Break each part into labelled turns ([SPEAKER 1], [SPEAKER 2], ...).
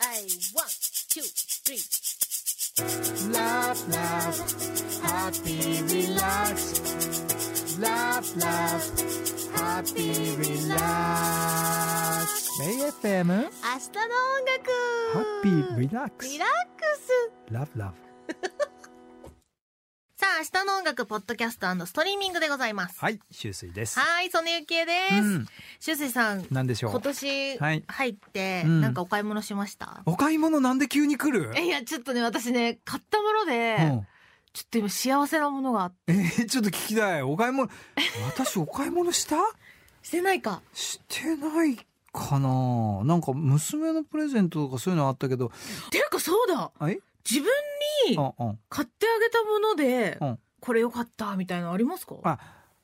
[SPEAKER 1] I one two three
[SPEAKER 2] Laugh, laugh, happy, relax. Laugh, laugh, happy, relax. AFM ハ
[SPEAKER 1] 明日の音楽
[SPEAKER 2] ッピーリラックス
[SPEAKER 1] リラックス
[SPEAKER 2] ラブラブ
[SPEAKER 1] さあ明日の音楽ポッドキャストストリーミングでございます
[SPEAKER 2] はい、修水です。
[SPEAKER 1] はい曽根ゆきえです、
[SPEAKER 2] うん、
[SPEAKER 1] しゅうせいさん
[SPEAKER 2] なんでしょ
[SPEAKER 1] 今
[SPEAKER 2] う。
[SPEAKER 1] 年
[SPEAKER 2] はい
[SPEAKER 1] 入って
[SPEAKER 2] うん
[SPEAKER 1] なんかお買い物しました、
[SPEAKER 2] お買い物なんで急に来る、
[SPEAKER 1] えいやちょっとね私ね買ったもので、
[SPEAKER 2] うん、
[SPEAKER 1] ちょっと今幸せなものがあって
[SPEAKER 2] えーちょっと聞きたい。お買い物、私お買い物した
[SPEAKER 1] してないか
[SPEAKER 2] してないかななんか娘のプレゼントとかそういうのあったけど、
[SPEAKER 1] ていうかそうだ
[SPEAKER 2] え
[SPEAKER 1] 自分に
[SPEAKER 2] あ、うん。
[SPEAKER 1] 買ってあげたもので、
[SPEAKER 2] うん
[SPEAKER 1] これよかったみたいなのありますか
[SPEAKER 2] あ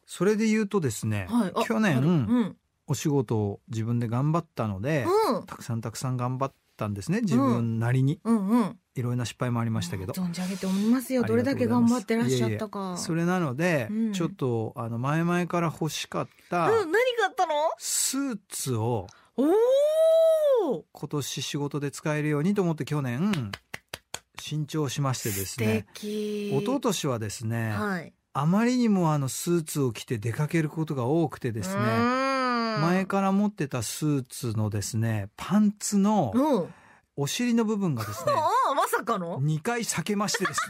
[SPEAKER 2] それで言うとですね、
[SPEAKER 1] はいあ
[SPEAKER 2] 去
[SPEAKER 1] あ
[SPEAKER 2] 年、
[SPEAKER 1] るうん
[SPEAKER 2] お仕事を自分で頑張ったので、
[SPEAKER 1] うん
[SPEAKER 2] たくさんたくさん頑張ったんですね自分なりに、
[SPEAKER 1] うんうん
[SPEAKER 2] いろいろな失敗もありましたけど、
[SPEAKER 1] 存じ上げておりますよ
[SPEAKER 2] あ
[SPEAKER 1] ど
[SPEAKER 2] り
[SPEAKER 1] れ
[SPEAKER 2] がと
[SPEAKER 1] だ
[SPEAKER 2] うござ
[SPEAKER 1] け
[SPEAKER 2] います
[SPEAKER 1] 頑張ってらっしゃったか
[SPEAKER 2] それなので、
[SPEAKER 1] うん
[SPEAKER 2] ちょっとあの前々から欲しかった
[SPEAKER 1] うん何買ったの
[SPEAKER 2] スーツを
[SPEAKER 1] おお
[SPEAKER 2] 今年仕事で使えるようにと思って去年新調しましてで
[SPEAKER 1] 素
[SPEAKER 2] すね
[SPEAKER 1] 敵
[SPEAKER 2] 一昨年はですね、
[SPEAKER 1] はい
[SPEAKER 2] あまりにもあのスーツを着て出かけることが多くてです
[SPEAKER 1] う
[SPEAKER 2] ね
[SPEAKER 1] ーん
[SPEAKER 2] 前から持ってたスーツのですねパンツの
[SPEAKER 1] うんおー
[SPEAKER 2] お尻の部分がですね
[SPEAKER 1] まさかの
[SPEAKER 2] 2回避けましてです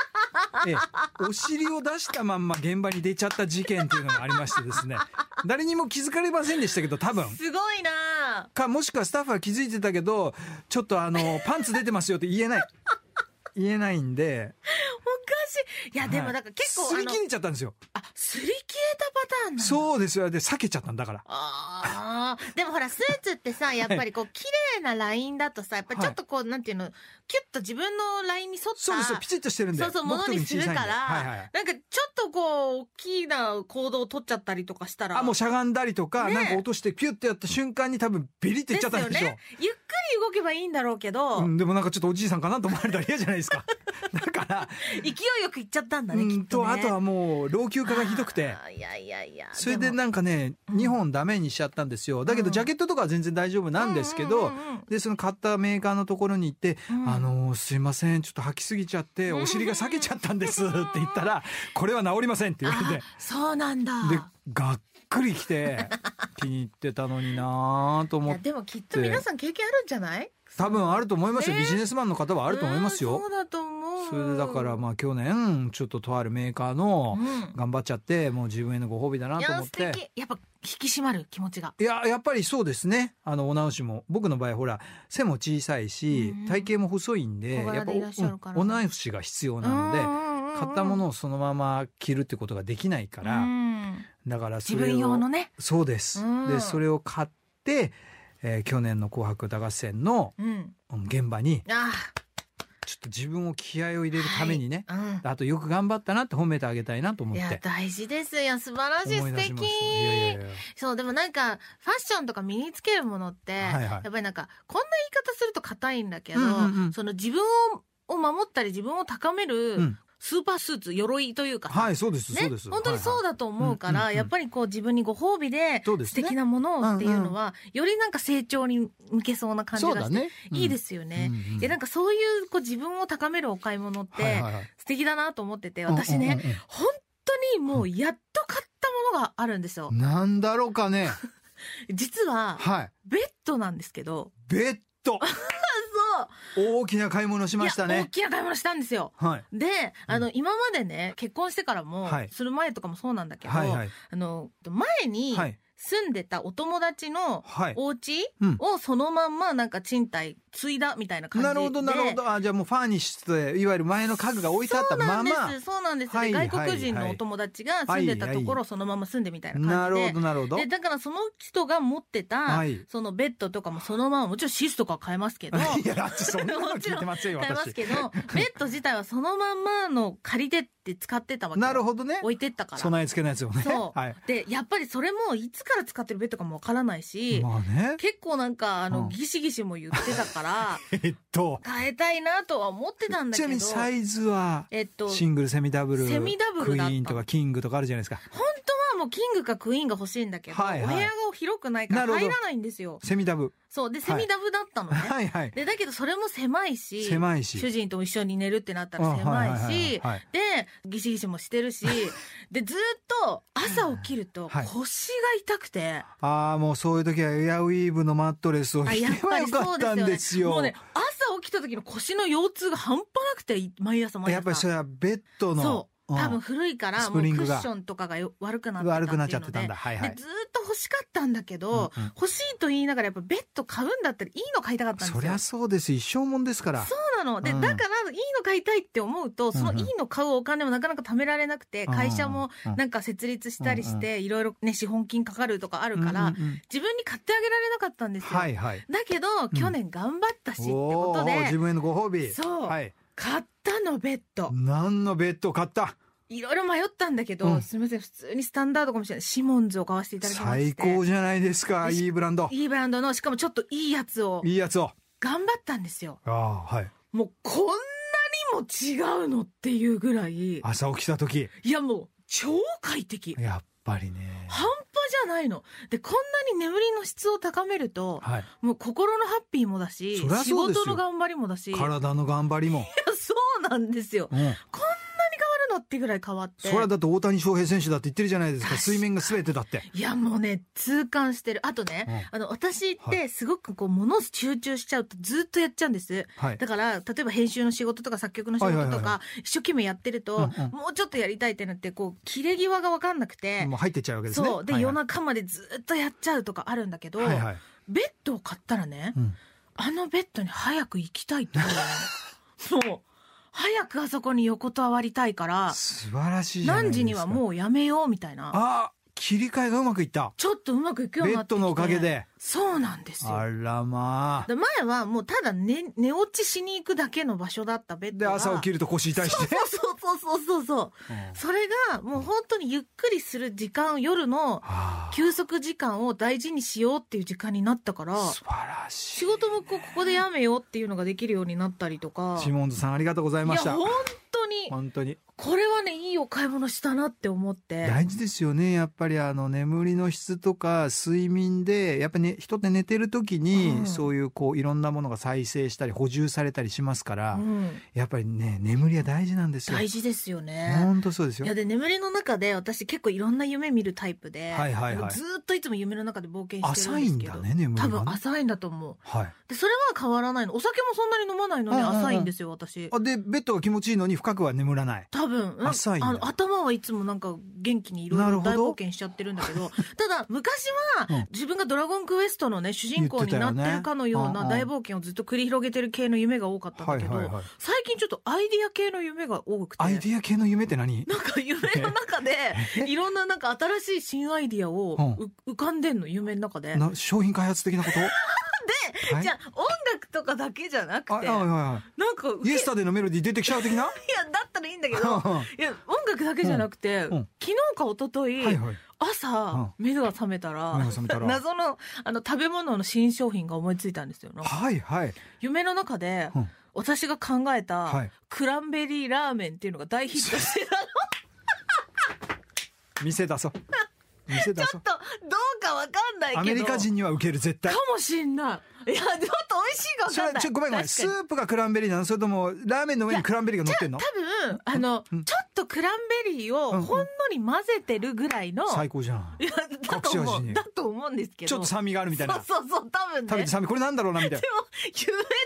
[SPEAKER 2] ねええお尻を出したまんま現場に出ちゃった事件っていうのがありましてですね誰にも気づかれませんでしたけど多分
[SPEAKER 1] すごいな
[SPEAKER 2] かもしくはスタッフは気づいてたけどちょっとあのパンツ出てますよって言えない言えないんで
[SPEAKER 1] おかしいいやでも
[SPEAKER 2] はい
[SPEAKER 1] なんか結構、
[SPEAKER 2] 擦
[SPEAKER 1] あ
[SPEAKER 2] り
[SPEAKER 1] の
[SPEAKER 2] 切れちゃったんですよ
[SPEAKER 1] あすり切れたパターンなんだ
[SPEAKER 2] そうですよで避けちゃったんだから
[SPEAKER 1] あーでもほらスーツってさやっぱりこう綺麗なラインだとさやっぱりちょっとこう、なんていうのキュッと自分のラインに沿った
[SPEAKER 2] そうですよピチッとしてるんで
[SPEAKER 1] そうそう
[SPEAKER 2] 僕と
[SPEAKER 1] 物にするから
[SPEAKER 2] 小さいんではいはい
[SPEAKER 1] なんかちょっとこう大きな行動を取っちゃったりとかしたら
[SPEAKER 2] あもうしゃがんだりとか、
[SPEAKER 1] ねえ
[SPEAKER 2] なんか落としてピュッてやった瞬間に多分ビリっていっちゃったんでしょ
[SPEAKER 1] ですよねゆっくり動けばいいんだろうけど、
[SPEAKER 2] うん、でもなんかちょっとおじいさんかなと思われたら嫌じゃないですか だから
[SPEAKER 1] 勢いよくいっちゃったんだね、
[SPEAKER 2] う
[SPEAKER 1] きっと、ね
[SPEAKER 2] ん、とあとはもう老朽化がひどくて
[SPEAKER 1] あーいやいやいや
[SPEAKER 2] それで
[SPEAKER 1] も
[SPEAKER 2] なんかね2本ダメにしちゃったんですよだけ
[SPEAKER 1] う
[SPEAKER 2] ど
[SPEAKER 1] ん
[SPEAKER 2] ジャケットとかは全然大丈夫なんですけ
[SPEAKER 1] う
[SPEAKER 2] ど
[SPEAKER 1] んうんうんうん
[SPEAKER 2] でその買ったメーカーのところに行って「あのーすいませんちょっと履きすぎちゃってお尻が裂けちゃったんです」って言った ら「これは治りません」って言われて
[SPEAKER 1] あそうなんだ
[SPEAKER 2] でがっくりき て気に入ってたのになぁと
[SPEAKER 1] い
[SPEAKER 2] 思っ
[SPEAKER 1] や
[SPEAKER 2] て
[SPEAKER 1] でもきっと皆さん経験あるんじゃない
[SPEAKER 2] 多分あると思いますよ
[SPEAKER 1] ね
[SPEAKER 2] ビジネスマンの方はあると思いますよ。
[SPEAKER 1] うんそうだと思う
[SPEAKER 2] それでだからまあ去年ちょっととあるメーカーの
[SPEAKER 1] うん
[SPEAKER 2] 頑張っちゃってもう自分へのご褒美だないと
[SPEAKER 1] や
[SPEAKER 2] 思っ
[SPEAKER 1] 素
[SPEAKER 2] て
[SPEAKER 1] 敵やっぱ引き締まる気持ちが
[SPEAKER 2] いややっぱりそうですねあのお直しも僕の場合ほら背も小さいし
[SPEAKER 1] うん
[SPEAKER 2] 体型も細いんで
[SPEAKER 1] 小柄で
[SPEAKER 2] やっぱ
[SPEAKER 1] いらっしゃるから
[SPEAKER 2] お,、うんお直しが必要なので買ったも
[SPEAKER 1] の
[SPEAKER 2] のをそのまま着るってことができないからだからそ
[SPEAKER 1] 自
[SPEAKER 2] れを
[SPEAKER 1] 分用のね
[SPEAKER 2] そうです
[SPEAKER 1] うん
[SPEAKER 2] でそれを買って、えー去年の「紅白歌合戦の」
[SPEAKER 1] うん
[SPEAKER 2] うん現場に
[SPEAKER 1] あ
[SPEAKER 2] ちょっと自分を気合を入れるためにね、
[SPEAKER 1] あうん
[SPEAKER 2] あとよく頑張ったなって褒めてあげたいなと思っ
[SPEAKER 1] い
[SPEAKER 2] て。
[SPEAKER 1] や大事ですよ素晴らしい
[SPEAKER 2] 思い
[SPEAKER 1] 素
[SPEAKER 2] 出し
[SPEAKER 1] 敵
[SPEAKER 2] ますいやいやいや
[SPEAKER 1] そうでもなんかファッションとか身につけるものって、
[SPEAKER 2] はいはい
[SPEAKER 1] やっぱりなんかこんな言い方すると硬いんだけど、
[SPEAKER 2] うんうんうん
[SPEAKER 1] その自分をを守ったり自分を高め
[SPEAKER 2] う
[SPEAKER 1] る
[SPEAKER 2] ん
[SPEAKER 1] スーパースーツ鎧というかさ、
[SPEAKER 2] はい、そうです、そう
[SPEAKER 1] ね
[SPEAKER 2] です。
[SPEAKER 1] 本当にそう
[SPEAKER 2] だ。
[SPEAKER 1] だと思うから、
[SPEAKER 2] うんうんうん
[SPEAKER 1] やっぱりこう自分にご褒美で
[SPEAKER 2] そうです
[SPEAKER 1] 素
[SPEAKER 2] ね
[SPEAKER 1] 敵なものをっていうのは、よりなんか成長に向けそうな感じ
[SPEAKER 2] そう
[SPEAKER 1] が
[SPEAKER 2] だ
[SPEAKER 1] して、
[SPEAKER 2] ね。
[SPEAKER 1] いいですすよね。いやなんかそういうこう自分を高めるお買い物って、素敵だなと思ってて私ね、本当にもうやっと買ったものがあるんですよ。
[SPEAKER 2] なんだろう かね。
[SPEAKER 1] 実は
[SPEAKER 2] はい。
[SPEAKER 1] ベッドなんですけど
[SPEAKER 2] ベッド。
[SPEAKER 1] そう
[SPEAKER 2] 大きな買い物しました
[SPEAKER 1] いや大
[SPEAKER 2] ね。
[SPEAKER 1] きな買い物したんですよ。
[SPEAKER 2] はい。
[SPEAKER 1] で、あ
[SPEAKER 2] う
[SPEAKER 1] の、今までね、結婚してからも、
[SPEAKER 2] はい
[SPEAKER 1] する前とかもそうなんだけど、
[SPEAKER 2] はいはい。
[SPEAKER 1] あの、前に
[SPEAKER 2] はい。
[SPEAKER 1] 住んでたお友達の
[SPEAKER 2] はい。
[SPEAKER 1] お家
[SPEAKER 2] うん
[SPEAKER 1] をそのまんまなんか賃貸継いだみたいな感じで。
[SPEAKER 2] なるほど、なるほど。あ、じゃあもうファーニッシュで、いわゆる前の家具が置いてあったま
[SPEAKER 1] そうなん
[SPEAKER 2] ま
[SPEAKER 1] で。す、そうなんです。で
[SPEAKER 2] はい
[SPEAKER 1] 外国人のお友達が住んでたところをそのまま住んでみたいな感じ
[SPEAKER 2] なる
[SPEAKER 1] で。
[SPEAKER 2] ほど、なるほど
[SPEAKER 1] で、。だからその人が持ってた、
[SPEAKER 2] はい
[SPEAKER 1] そのベッドとかもそのまま、もちろんシーツとかは変えます けど、
[SPEAKER 2] いや、だってそんなの聞いてませんよ、
[SPEAKER 1] 買えます
[SPEAKER 2] 私。
[SPEAKER 1] けど、ベッド自体はそのまんまの借りてって使ってたわけ。
[SPEAKER 2] なるほどね。
[SPEAKER 1] 置いてったから。
[SPEAKER 2] 備え付けのやつをね。
[SPEAKER 1] そう
[SPEAKER 2] はい。
[SPEAKER 1] で、やっぱりそれもいつから使ってるベッドかもわからないし、
[SPEAKER 2] まあね。
[SPEAKER 1] 結構なんか、あの、
[SPEAKER 2] うん
[SPEAKER 1] ギシギシも言ってたから、
[SPEAKER 2] えっと。
[SPEAKER 1] 変えたいなとは思ってたんだ
[SPEAKER 2] ち
[SPEAKER 1] け
[SPEAKER 2] なみ
[SPEAKER 1] ど
[SPEAKER 2] に、サイズは
[SPEAKER 1] えっと、
[SPEAKER 2] シ
[SPEAKER 1] 本
[SPEAKER 2] ングル、セミダブル、
[SPEAKER 1] セミダブルだった
[SPEAKER 2] クイーンとかキングとかあるじゃないですか。
[SPEAKER 1] 当はもキングかクイーンが欲しいんだけど、
[SPEAKER 2] はいはい
[SPEAKER 1] お部屋が広くないか
[SPEAKER 2] な
[SPEAKER 1] ら
[SPEAKER 2] るほど
[SPEAKER 1] 入らないんですよ。
[SPEAKER 2] セミ ダブ。
[SPEAKER 1] そう。で、セミダブだったのね。
[SPEAKER 2] はいはい。
[SPEAKER 1] で、だけどそれも狭いし、
[SPEAKER 2] 狭いし。
[SPEAKER 1] 主人と一緒に寝るってなった
[SPEAKER 2] あ
[SPEAKER 1] ら
[SPEAKER 2] はは
[SPEAKER 1] 狭いし、
[SPEAKER 2] はいはい
[SPEAKER 1] で、ギシギシもして るし、で、ずーっと朝起きると
[SPEAKER 2] はい
[SPEAKER 1] 腰が痛く て、
[SPEAKER 2] ああ、もうそういう時はエアウィーブのマットレスを
[SPEAKER 1] あ
[SPEAKER 2] 引
[SPEAKER 1] やっ
[SPEAKER 2] けば
[SPEAKER 1] ぱ
[SPEAKER 2] よ
[SPEAKER 1] り
[SPEAKER 2] か
[SPEAKER 1] そ
[SPEAKER 2] っ
[SPEAKER 1] う
[SPEAKER 2] たんで
[SPEAKER 1] ですすよね。も
[SPEAKER 2] よ。
[SPEAKER 1] うね、朝起きた時の腰の腰痛が半端なくて、毎朝毎朝。
[SPEAKER 2] やっぱりそれはベッドの。
[SPEAKER 1] そう。
[SPEAKER 2] ん
[SPEAKER 1] 多分古いから、
[SPEAKER 2] ス
[SPEAKER 1] も
[SPEAKER 2] プ
[SPEAKER 1] うク
[SPEAKER 2] リング
[SPEAKER 1] ッ
[SPEAKER 2] が
[SPEAKER 1] ションとかがよ悪くなってたっていうの
[SPEAKER 2] 悪
[SPEAKER 1] で。
[SPEAKER 2] くなっちゃってたんだ。はいは
[SPEAKER 1] で
[SPEAKER 2] い。
[SPEAKER 1] ずーっと欲しかったんだけど、
[SPEAKER 2] うんうん
[SPEAKER 1] 欲しいと言いながらやっぱベッド買うんだったらいいの買いたかったんです
[SPEAKER 2] そ
[SPEAKER 1] よ。
[SPEAKER 2] りゃそうです。一生もんですから。
[SPEAKER 1] そうなの。で、
[SPEAKER 2] うん
[SPEAKER 1] だからいいの買いたいって思うと、そのいいの買うお金もなかなか貯められなくて、会社も
[SPEAKER 2] うんうん
[SPEAKER 1] なんか設立したりして、いろいろね、資本金かかるとかあるから、
[SPEAKER 2] うんうんうん
[SPEAKER 1] 自分に買ってあげられなかったんですよ。
[SPEAKER 2] はいはい。
[SPEAKER 1] だけど、去年頑張ったしってこ
[SPEAKER 2] お
[SPEAKER 1] と
[SPEAKER 2] ー自
[SPEAKER 1] で、
[SPEAKER 2] 分へのご褒美。
[SPEAKER 1] そう
[SPEAKER 2] はい。
[SPEAKER 1] 買ったの、ベッド。
[SPEAKER 2] 何のベッドを買った
[SPEAKER 1] いろいろ迷ったんだけど、
[SPEAKER 2] うん
[SPEAKER 1] すみません、普通にスタンダードかもしれない。シモンズを買わせていただきまして。
[SPEAKER 2] 最高じゃないですか。
[SPEAKER 1] で
[SPEAKER 2] いいブランド。
[SPEAKER 1] いいブランドの、しかもちょっといいやつを
[SPEAKER 2] いいやつを。
[SPEAKER 1] 頑張ったんですよ。
[SPEAKER 2] ああ、はい。
[SPEAKER 1] もうこんなにも違うのっていうぐらい、
[SPEAKER 2] 朝起きた時。
[SPEAKER 1] いやもう超快適。
[SPEAKER 2] やっぱりね。
[SPEAKER 1] 半端じゃないの。で、こんなに眠りの質を高めると、
[SPEAKER 2] はい。
[SPEAKER 1] もう心のハッピーもだし、
[SPEAKER 2] そりゃ
[SPEAKER 1] 仕
[SPEAKER 2] そうですよ
[SPEAKER 1] 事の頑張りもだし、いや
[SPEAKER 2] 体の頑張りも。
[SPEAKER 1] そうなんですよ。
[SPEAKER 2] うん。
[SPEAKER 1] あるのってぐらい変わって
[SPEAKER 2] そ。れはだって大谷翔平選手だって言ってるじゃないですか。
[SPEAKER 1] 確かに
[SPEAKER 2] 睡眠が全てだって。
[SPEAKER 1] いやもうね、痛感してる。あとね、
[SPEAKER 2] うん
[SPEAKER 1] あの、私っ
[SPEAKER 2] は
[SPEAKER 1] てすごくこう、もの集中しちゃうとずっとやっちゃうんです。
[SPEAKER 2] はい。
[SPEAKER 1] だから、例えば編集の仕事とか作曲の仕
[SPEAKER 2] はい
[SPEAKER 1] 事
[SPEAKER 2] はい
[SPEAKER 1] と
[SPEAKER 2] はいは
[SPEAKER 1] か、一生懸命やってると、
[SPEAKER 2] うんうん
[SPEAKER 1] もうちょっとやりたいってなって、こう、切れ際がわかんなくて、
[SPEAKER 2] もう入ってっちゃうわけですね。
[SPEAKER 1] そう。で、
[SPEAKER 2] はいは
[SPEAKER 1] 夜
[SPEAKER 2] い
[SPEAKER 1] 中までずっとやっちゃうとかあるんだけど、
[SPEAKER 2] はいはい。
[SPEAKER 1] ベッドを買ったらね、
[SPEAKER 2] うん
[SPEAKER 1] あのベッドに早く行きたいって 思うのもう、早くあそこに横たわりたいから、
[SPEAKER 2] 素晴らしいじゃない
[SPEAKER 1] 何
[SPEAKER 2] ですか。
[SPEAKER 1] 時には
[SPEAKER 2] う。
[SPEAKER 1] もうやめようみたいな。
[SPEAKER 2] あ切り替えがうまくいった。
[SPEAKER 1] ちょっとうまくいくよう
[SPEAKER 2] ベ
[SPEAKER 1] にな
[SPEAKER 2] ッ
[SPEAKER 1] ってき
[SPEAKER 2] ド
[SPEAKER 1] て
[SPEAKER 2] のおかげ。で。
[SPEAKER 1] そうなんですよ
[SPEAKER 2] あ。らまあ。
[SPEAKER 1] で前はもうただ寝、寝落ちしに行くだけの場所だったベッド
[SPEAKER 2] で、
[SPEAKER 1] が。
[SPEAKER 2] 朝起きると腰痛いして。
[SPEAKER 1] そうそうそうそうそう。
[SPEAKER 2] うん
[SPEAKER 1] それがもう本当にゆっくりする時間、夜の
[SPEAKER 2] あ
[SPEAKER 1] 休息時間を大事にしようっていう時間になった から
[SPEAKER 2] あ、素晴らしい。
[SPEAKER 1] 仕事もこうここでやめようっていうのができるようになったりとか。
[SPEAKER 2] シモンズさんありがとうございまし
[SPEAKER 1] いや、
[SPEAKER 2] た。
[SPEAKER 1] 本当に、
[SPEAKER 2] 本当に。
[SPEAKER 1] これはね、いいお買い物したなって思って。
[SPEAKER 2] 大事ですよね。やっぱりあの眠りの質とか睡眠で、やっぱりね、人って寝てる時に、
[SPEAKER 1] うん
[SPEAKER 2] そういうこういろんなものが再生したり補充されたりしますから、
[SPEAKER 1] うん、
[SPEAKER 2] やっぱりね、眠りは大事なんですよ。
[SPEAKER 1] 大事ですよね。
[SPEAKER 2] 本当そうです
[SPEAKER 1] い
[SPEAKER 2] よ
[SPEAKER 1] や。で眠りの中で私結構いろんな夢見るタイプで、
[SPEAKER 2] はいはいはい
[SPEAKER 1] でもずーっといつも夢の中で冒険してる
[SPEAKER 2] 浅
[SPEAKER 1] んで
[SPEAKER 2] い
[SPEAKER 1] す
[SPEAKER 2] ん
[SPEAKER 1] けど
[SPEAKER 2] だね、眠り
[SPEAKER 1] 多
[SPEAKER 2] が、
[SPEAKER 1] 分
[SPEAKER 2] ね。
[SPEAKER 1] 浅いんだと思う
[SPEAKER 2] はい。
[SPEAKER 1] でそれは変わらないのお酒もそんなに飲まないのに
[SPEAKER 2] うんうんうん
[SPEAKER 1] 浅いんですよ私
[SPEAKER 2] あ、で、ベッドが気持ちいいのに深くは眠らない。
[SPEAKER 1] 多分うん
[SPEAKER 2] 浅いんだ
[SPEAKER 1] あの頭はいつもなんか元気にいろ
[SPEAKER 2] ないる
[SPEAKER 1] ろ
[SPEAKER 2] ほど
[SPEAKER 1] 大冒険しちゃってるんだけ どただ昔
[SPEAKER 2] う
[SPEAKER 1] は
[SPEAKER 2] ん
[SPEAKER 1] 自分が「ドラゴンクエスト」のね主人公になってるかのよう
[SPEAKER 2] 言っ
[SPEAKER 1] な
[SPEAKER 2] てたよね
[SPEAKER 1] 大冒険をずっと繰り広げてる系の夢が多かったんだけど、
[SPEAKER 2] はい。
[SPEAKER 1] 最近ちょっとアイディア系の夢が多くて
[SPEAKER 2] アイディア系の夢って何
[SPEAKER 1] なんか夢の中でいろんななんか新しい新アイディアをう浮かんでんの夢の中で。
[SPEAKER 2] な商品開発的 なことで、はい、
[SPEAKER 1] じゃあ音楽とかだけじゃな
[SPEAKER 2] あ、
[SPEAKER 1] く
[SPEAKER 2] はい
[SPEAKER 1] て
[SPEAKER 2] はい
[SPEAKER 1] なん
[SPEAKER 2] は
[SPEAKER 1] か受
[SPEAKER 2] い。
[SPEAKER 1] け
[SPEAKER 2] イエスタデイのメロディー出てきちゃう的
[SPEAKER 1] い
[SPEAKER 2] な
[SPEAKER 1] や、だったらいいんだけ
[SPEAKER 2] うん
[SPEAKER 1] ど、
[SPEAKER 2] はい
[SPEAKER 1] や、音楽だけじゃなくて、
[SPEAKER 2] んうん
[SPEAKER 1] 昨日か一昨日、
[SPEAKER 2] いはい。
[SPEAKER 1] 朝、目が覚めたら、
[SPEAKER 2] 目が覚めたら
[SPEAKER 1] 謎の、あの、食べ物の新商品が思いついたんですよ。なんか
[SPEAKER 2] はいはい。
[SPEAKER 1] 夢の中で、
[SPEAKER 2] うん
[SPEAKER 1] 私が考えた、
[SPEAKER 2] はい
[SPEAKER 1] クランベリーラーメンっていうのが大ヒットしてた
[SPEAKER 2] 店 出そう。店出
[SPEAKER 1] ち
[SPEAKER 2] そ
[SPEAKER 1] ょ
[SPEAKER 2] う
[SPEAKER 1] っ。と、どうかわかんないけど。
[SPEAKER 2] アメリカ人にはウケる、絶対
[SPEAKER 1] か。もしんない。いや、ちょっと美味しいかわ
[SPEAKER 2] そ
[SPEAKER 1] かん
[SPEAKER 2] れ
[SPEAKER 1] ない。
[SPEAKER 2] ちょごめんごめん。
[SPEAKER 1] 確
[SPEAKER 2] ス
[SPEAKER 1] かに
[SPEAKER 2] ープがクランベリーなのそれとも、ラーメンの上にクランベリーが乗ってんの
[SPEAKER 1] 多分、あの、
[SPEAKER 2] うん
[SPEAKER 1] ちょっとクランベリー
[SPEAKER 2] う
[SPEAKER 1] を
[SPEAKER 2] んうん
[SPEAKER 1] ほんのり混ぜてるぐらいの、
[SPEAKER 2] 最高じゃん
[SPEAKER 1] い。や、だと思
[SPEAKER 2] 隠し味
[SPEAKER 1] う。
[SPEAKER 2] に
[SPEAKER 1] だと思うんですけど。
[SPEAKER 2] ちょっと酸味があるみたいな。
[SPEAKER 1] そうそうそう、多分
[SPEAKER 2] 食べ
[SPEAKER 1] ね
[SPEAKER 2] て。酸味、これなんだろうな、みたいな。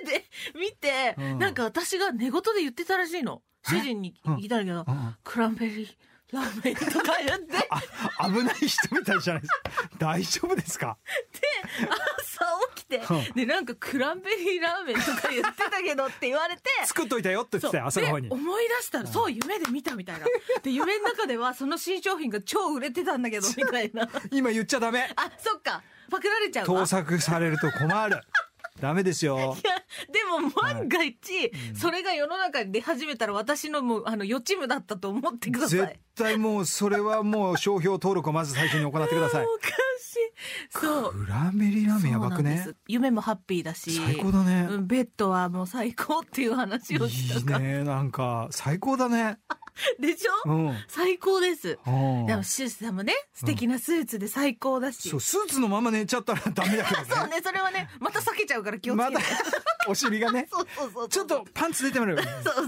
[SPEAKER 1] 夢で見て、
[SPEAKER 2] うん
[SPEAKER 1] なんか私が寝言で言ってたらしいの。主人に
[SPEAKER 2] うん
[SPEAKER 1] 聞いたんだけ ど、
[SPEAKER 2] うんうん
[SPEAKER 1] クランベリーラーメンとか言って、
[SPEAKER 2] あ危ない人みたいじゃないですか。 大丈夫ですか
[SPEAKER 1] 朝起きて
[SPEAKER 2] う、
[SPEAKER 1] で、なんかクランベリーラーメンとか言ってたけどって言われて、
[SPEAKER 2] 作っといたよって言ってたよ、朝
[SPEAKER 1] で
[SPEAKER 2] の方に。
[SPEAKER 1] 思い出したら、そう、夢で見たみたいな。で、夢の中ではその新商品が超売れてたんだけど、みたいな。
[SPEAKER 2] 今言っちゃダメ。
[SPEAKER 1] あ、そっか。パクられちゃうわ
[SPEAKER 2] 盗。作されると困る。ダメですよ。
[SPEAKER 1] いやでも万が一、それが世の中に出始めたら私のもうあの予知夢だったと思ってください。
[SPEAKER 2] 絶対もう、それはもう商標登録をまず最初に行ってください
[SPEAKER 1] も。うおかしい。 そう。
[SPEAKER 2] クランベリーラーメンやばく
[SPEAKER 1] そうなんで
[SPEAKER 2] ね
[SPEAKER 1] す。夢もハッピーだし。
[SPEAKER 2] 最高だね。
[SPEAKER 1] うんベッドはもう最高っていう話をし
[SPEAKER 2] い
[SPEAKER 1] た
[SPEAKER 2] い
[SPEAKER 1] から。
[SPEAKER 2] ねなんか最高だね
[SPEAKER 1] でしょ
[SPEAKER 2] うん。
[SPEAKER 1] 最高です。
[SPEAKER 2] うん
[SPEAKER 1] でも、シューさんもね、素敵なスーツで最高だし。
[SPEAKER 2] そう、スーツのまま寝ちゃったらダメだけどね。
[SPEAKER 1] そうね、それはね、また避けちゃうから気をつけ
[SPEAKER 2] ま
[SPEAKER 1] て。
[SPEAKER 2] だ、お尻がね。
[SPEAKER 1] そうそうそうそう。
[SPEAKER 2] ちょっと。パンツ出てもらう。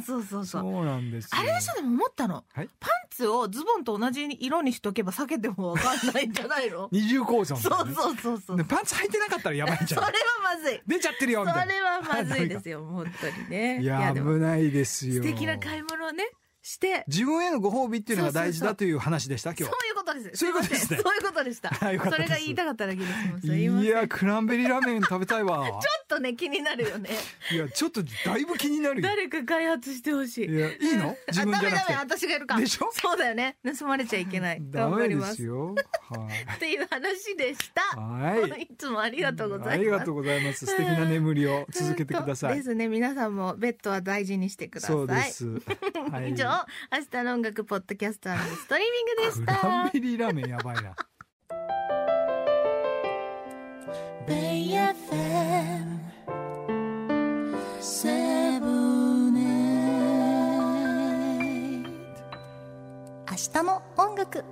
[SPEAKER 1] そうそうそう
[SPEAKER 2] そ
[SPEAKER 1] そう。
[SPEAKER 2] うなんですよ。
[SPEAKER 1] あれでしょでも思ったの、
[SPEAKER 2] はい
[SPEAKER 1] パンツをズボンと同じ色にしとけば避けてもわかんないんじゃないの
[SPEAKER 2] 二重構造みた
[SPEAKER 1] そ
[SPEAKER 2] いな
[SPEAKER 1] う
[SPEAKER 2] ね。
[SPEAKER 1] そうそうそう。
[SPEAKER 2] でパンツ履いてなかったらやばいんじ
[SPEAKER 1] そ
[SPEAKER 2] ゃ
[SPEAKER 1] れは
[SPEAKER 2] ん。
[SPEAKER 1] まずい。
[SPEAKER 2] 出ちゃってるよ、
[SPEAKER 1] そ
[SPEAKER 2] みたいな。
[SPEAKER 1] れはまずいですよ、本当にね。
[SPEAKER 2] いや、
[SPEAKER 1] で
[SPEAKER 2] 危
[SPEAKER 1] も、
[SPEAKER 2] ないですよ。
[SPEAKER 1] 素敵な買い物をね、して、
[SPEAKER 2] 自分へのご褒美っていうのが大事だという話でした、
[SPEAKER 1] そう
[SPEAKER 2] 今
[SPEAKER 1] いう
[SPEAKER 2] 日。
[SPEAKER 1] ことです。
[SPEAKER 2] そういうことですね
[SPEAKER 1] いませんそういうことでした。
[SPEAKER 2] はいよかった
[SPEAKER 1] そ
[SPEAKER 2] で
[SPEAKER 1] れ
[SPEAKER 2] す
[SPEAKER 1] が言いたかっただけですもん。すいません。
[SPEAKER 2] い
[SPEAKER 1] ちょっ
[SPEAKER 2] や、クランベリーラーメン食べたい わ。
[SPEAKER 1] とね、気になるよね。
[SPEAKER 2] いや、ちょっとだいぶ気になるよ。
[SPEAKER 1] 誰か開発してほしい。
[SPEAKER 2] いや、いいの自分じゃなくて
[SPEAKER 1] あダメダメ、。私がやるか。
[SPEAKER 2] でしょ
[SPEAKER 1] そうだよね。盗まれちゃいけない。
[SPEAKER 2] ダ
[SPEAKER 1] 頑張
[SPEAKER 2] メ
[SPEAKER 1] り
[SPEAKER 2] で
[SPEAKER 1] ます
[SPEAKER 2] す。よ。は
[SPEAKER 1] っていう話でした。
[SPEAKER 2] い。 はい。
[SPEAKER 1] いつもありがとうございます。
[SPEAKER 2] ありがとうございます。素敵な眠りを続けてくださ
[SPEAKER 1] で
[SPEAKER 2] い。
[SPEAKER 1] すね。皆さんもベッドは大事にしてください。
[SPEAKER 2] そうです。はい
[SPEAKER 1] 以上、明日の音楽ポッドキャストストリーミングでし
[SPEAKER 2] ク
[SPEAKER 1] た。
[SPEAKER 2] ランベリーラーメンやばいな。
[SPEAKER 3] 明日の音楽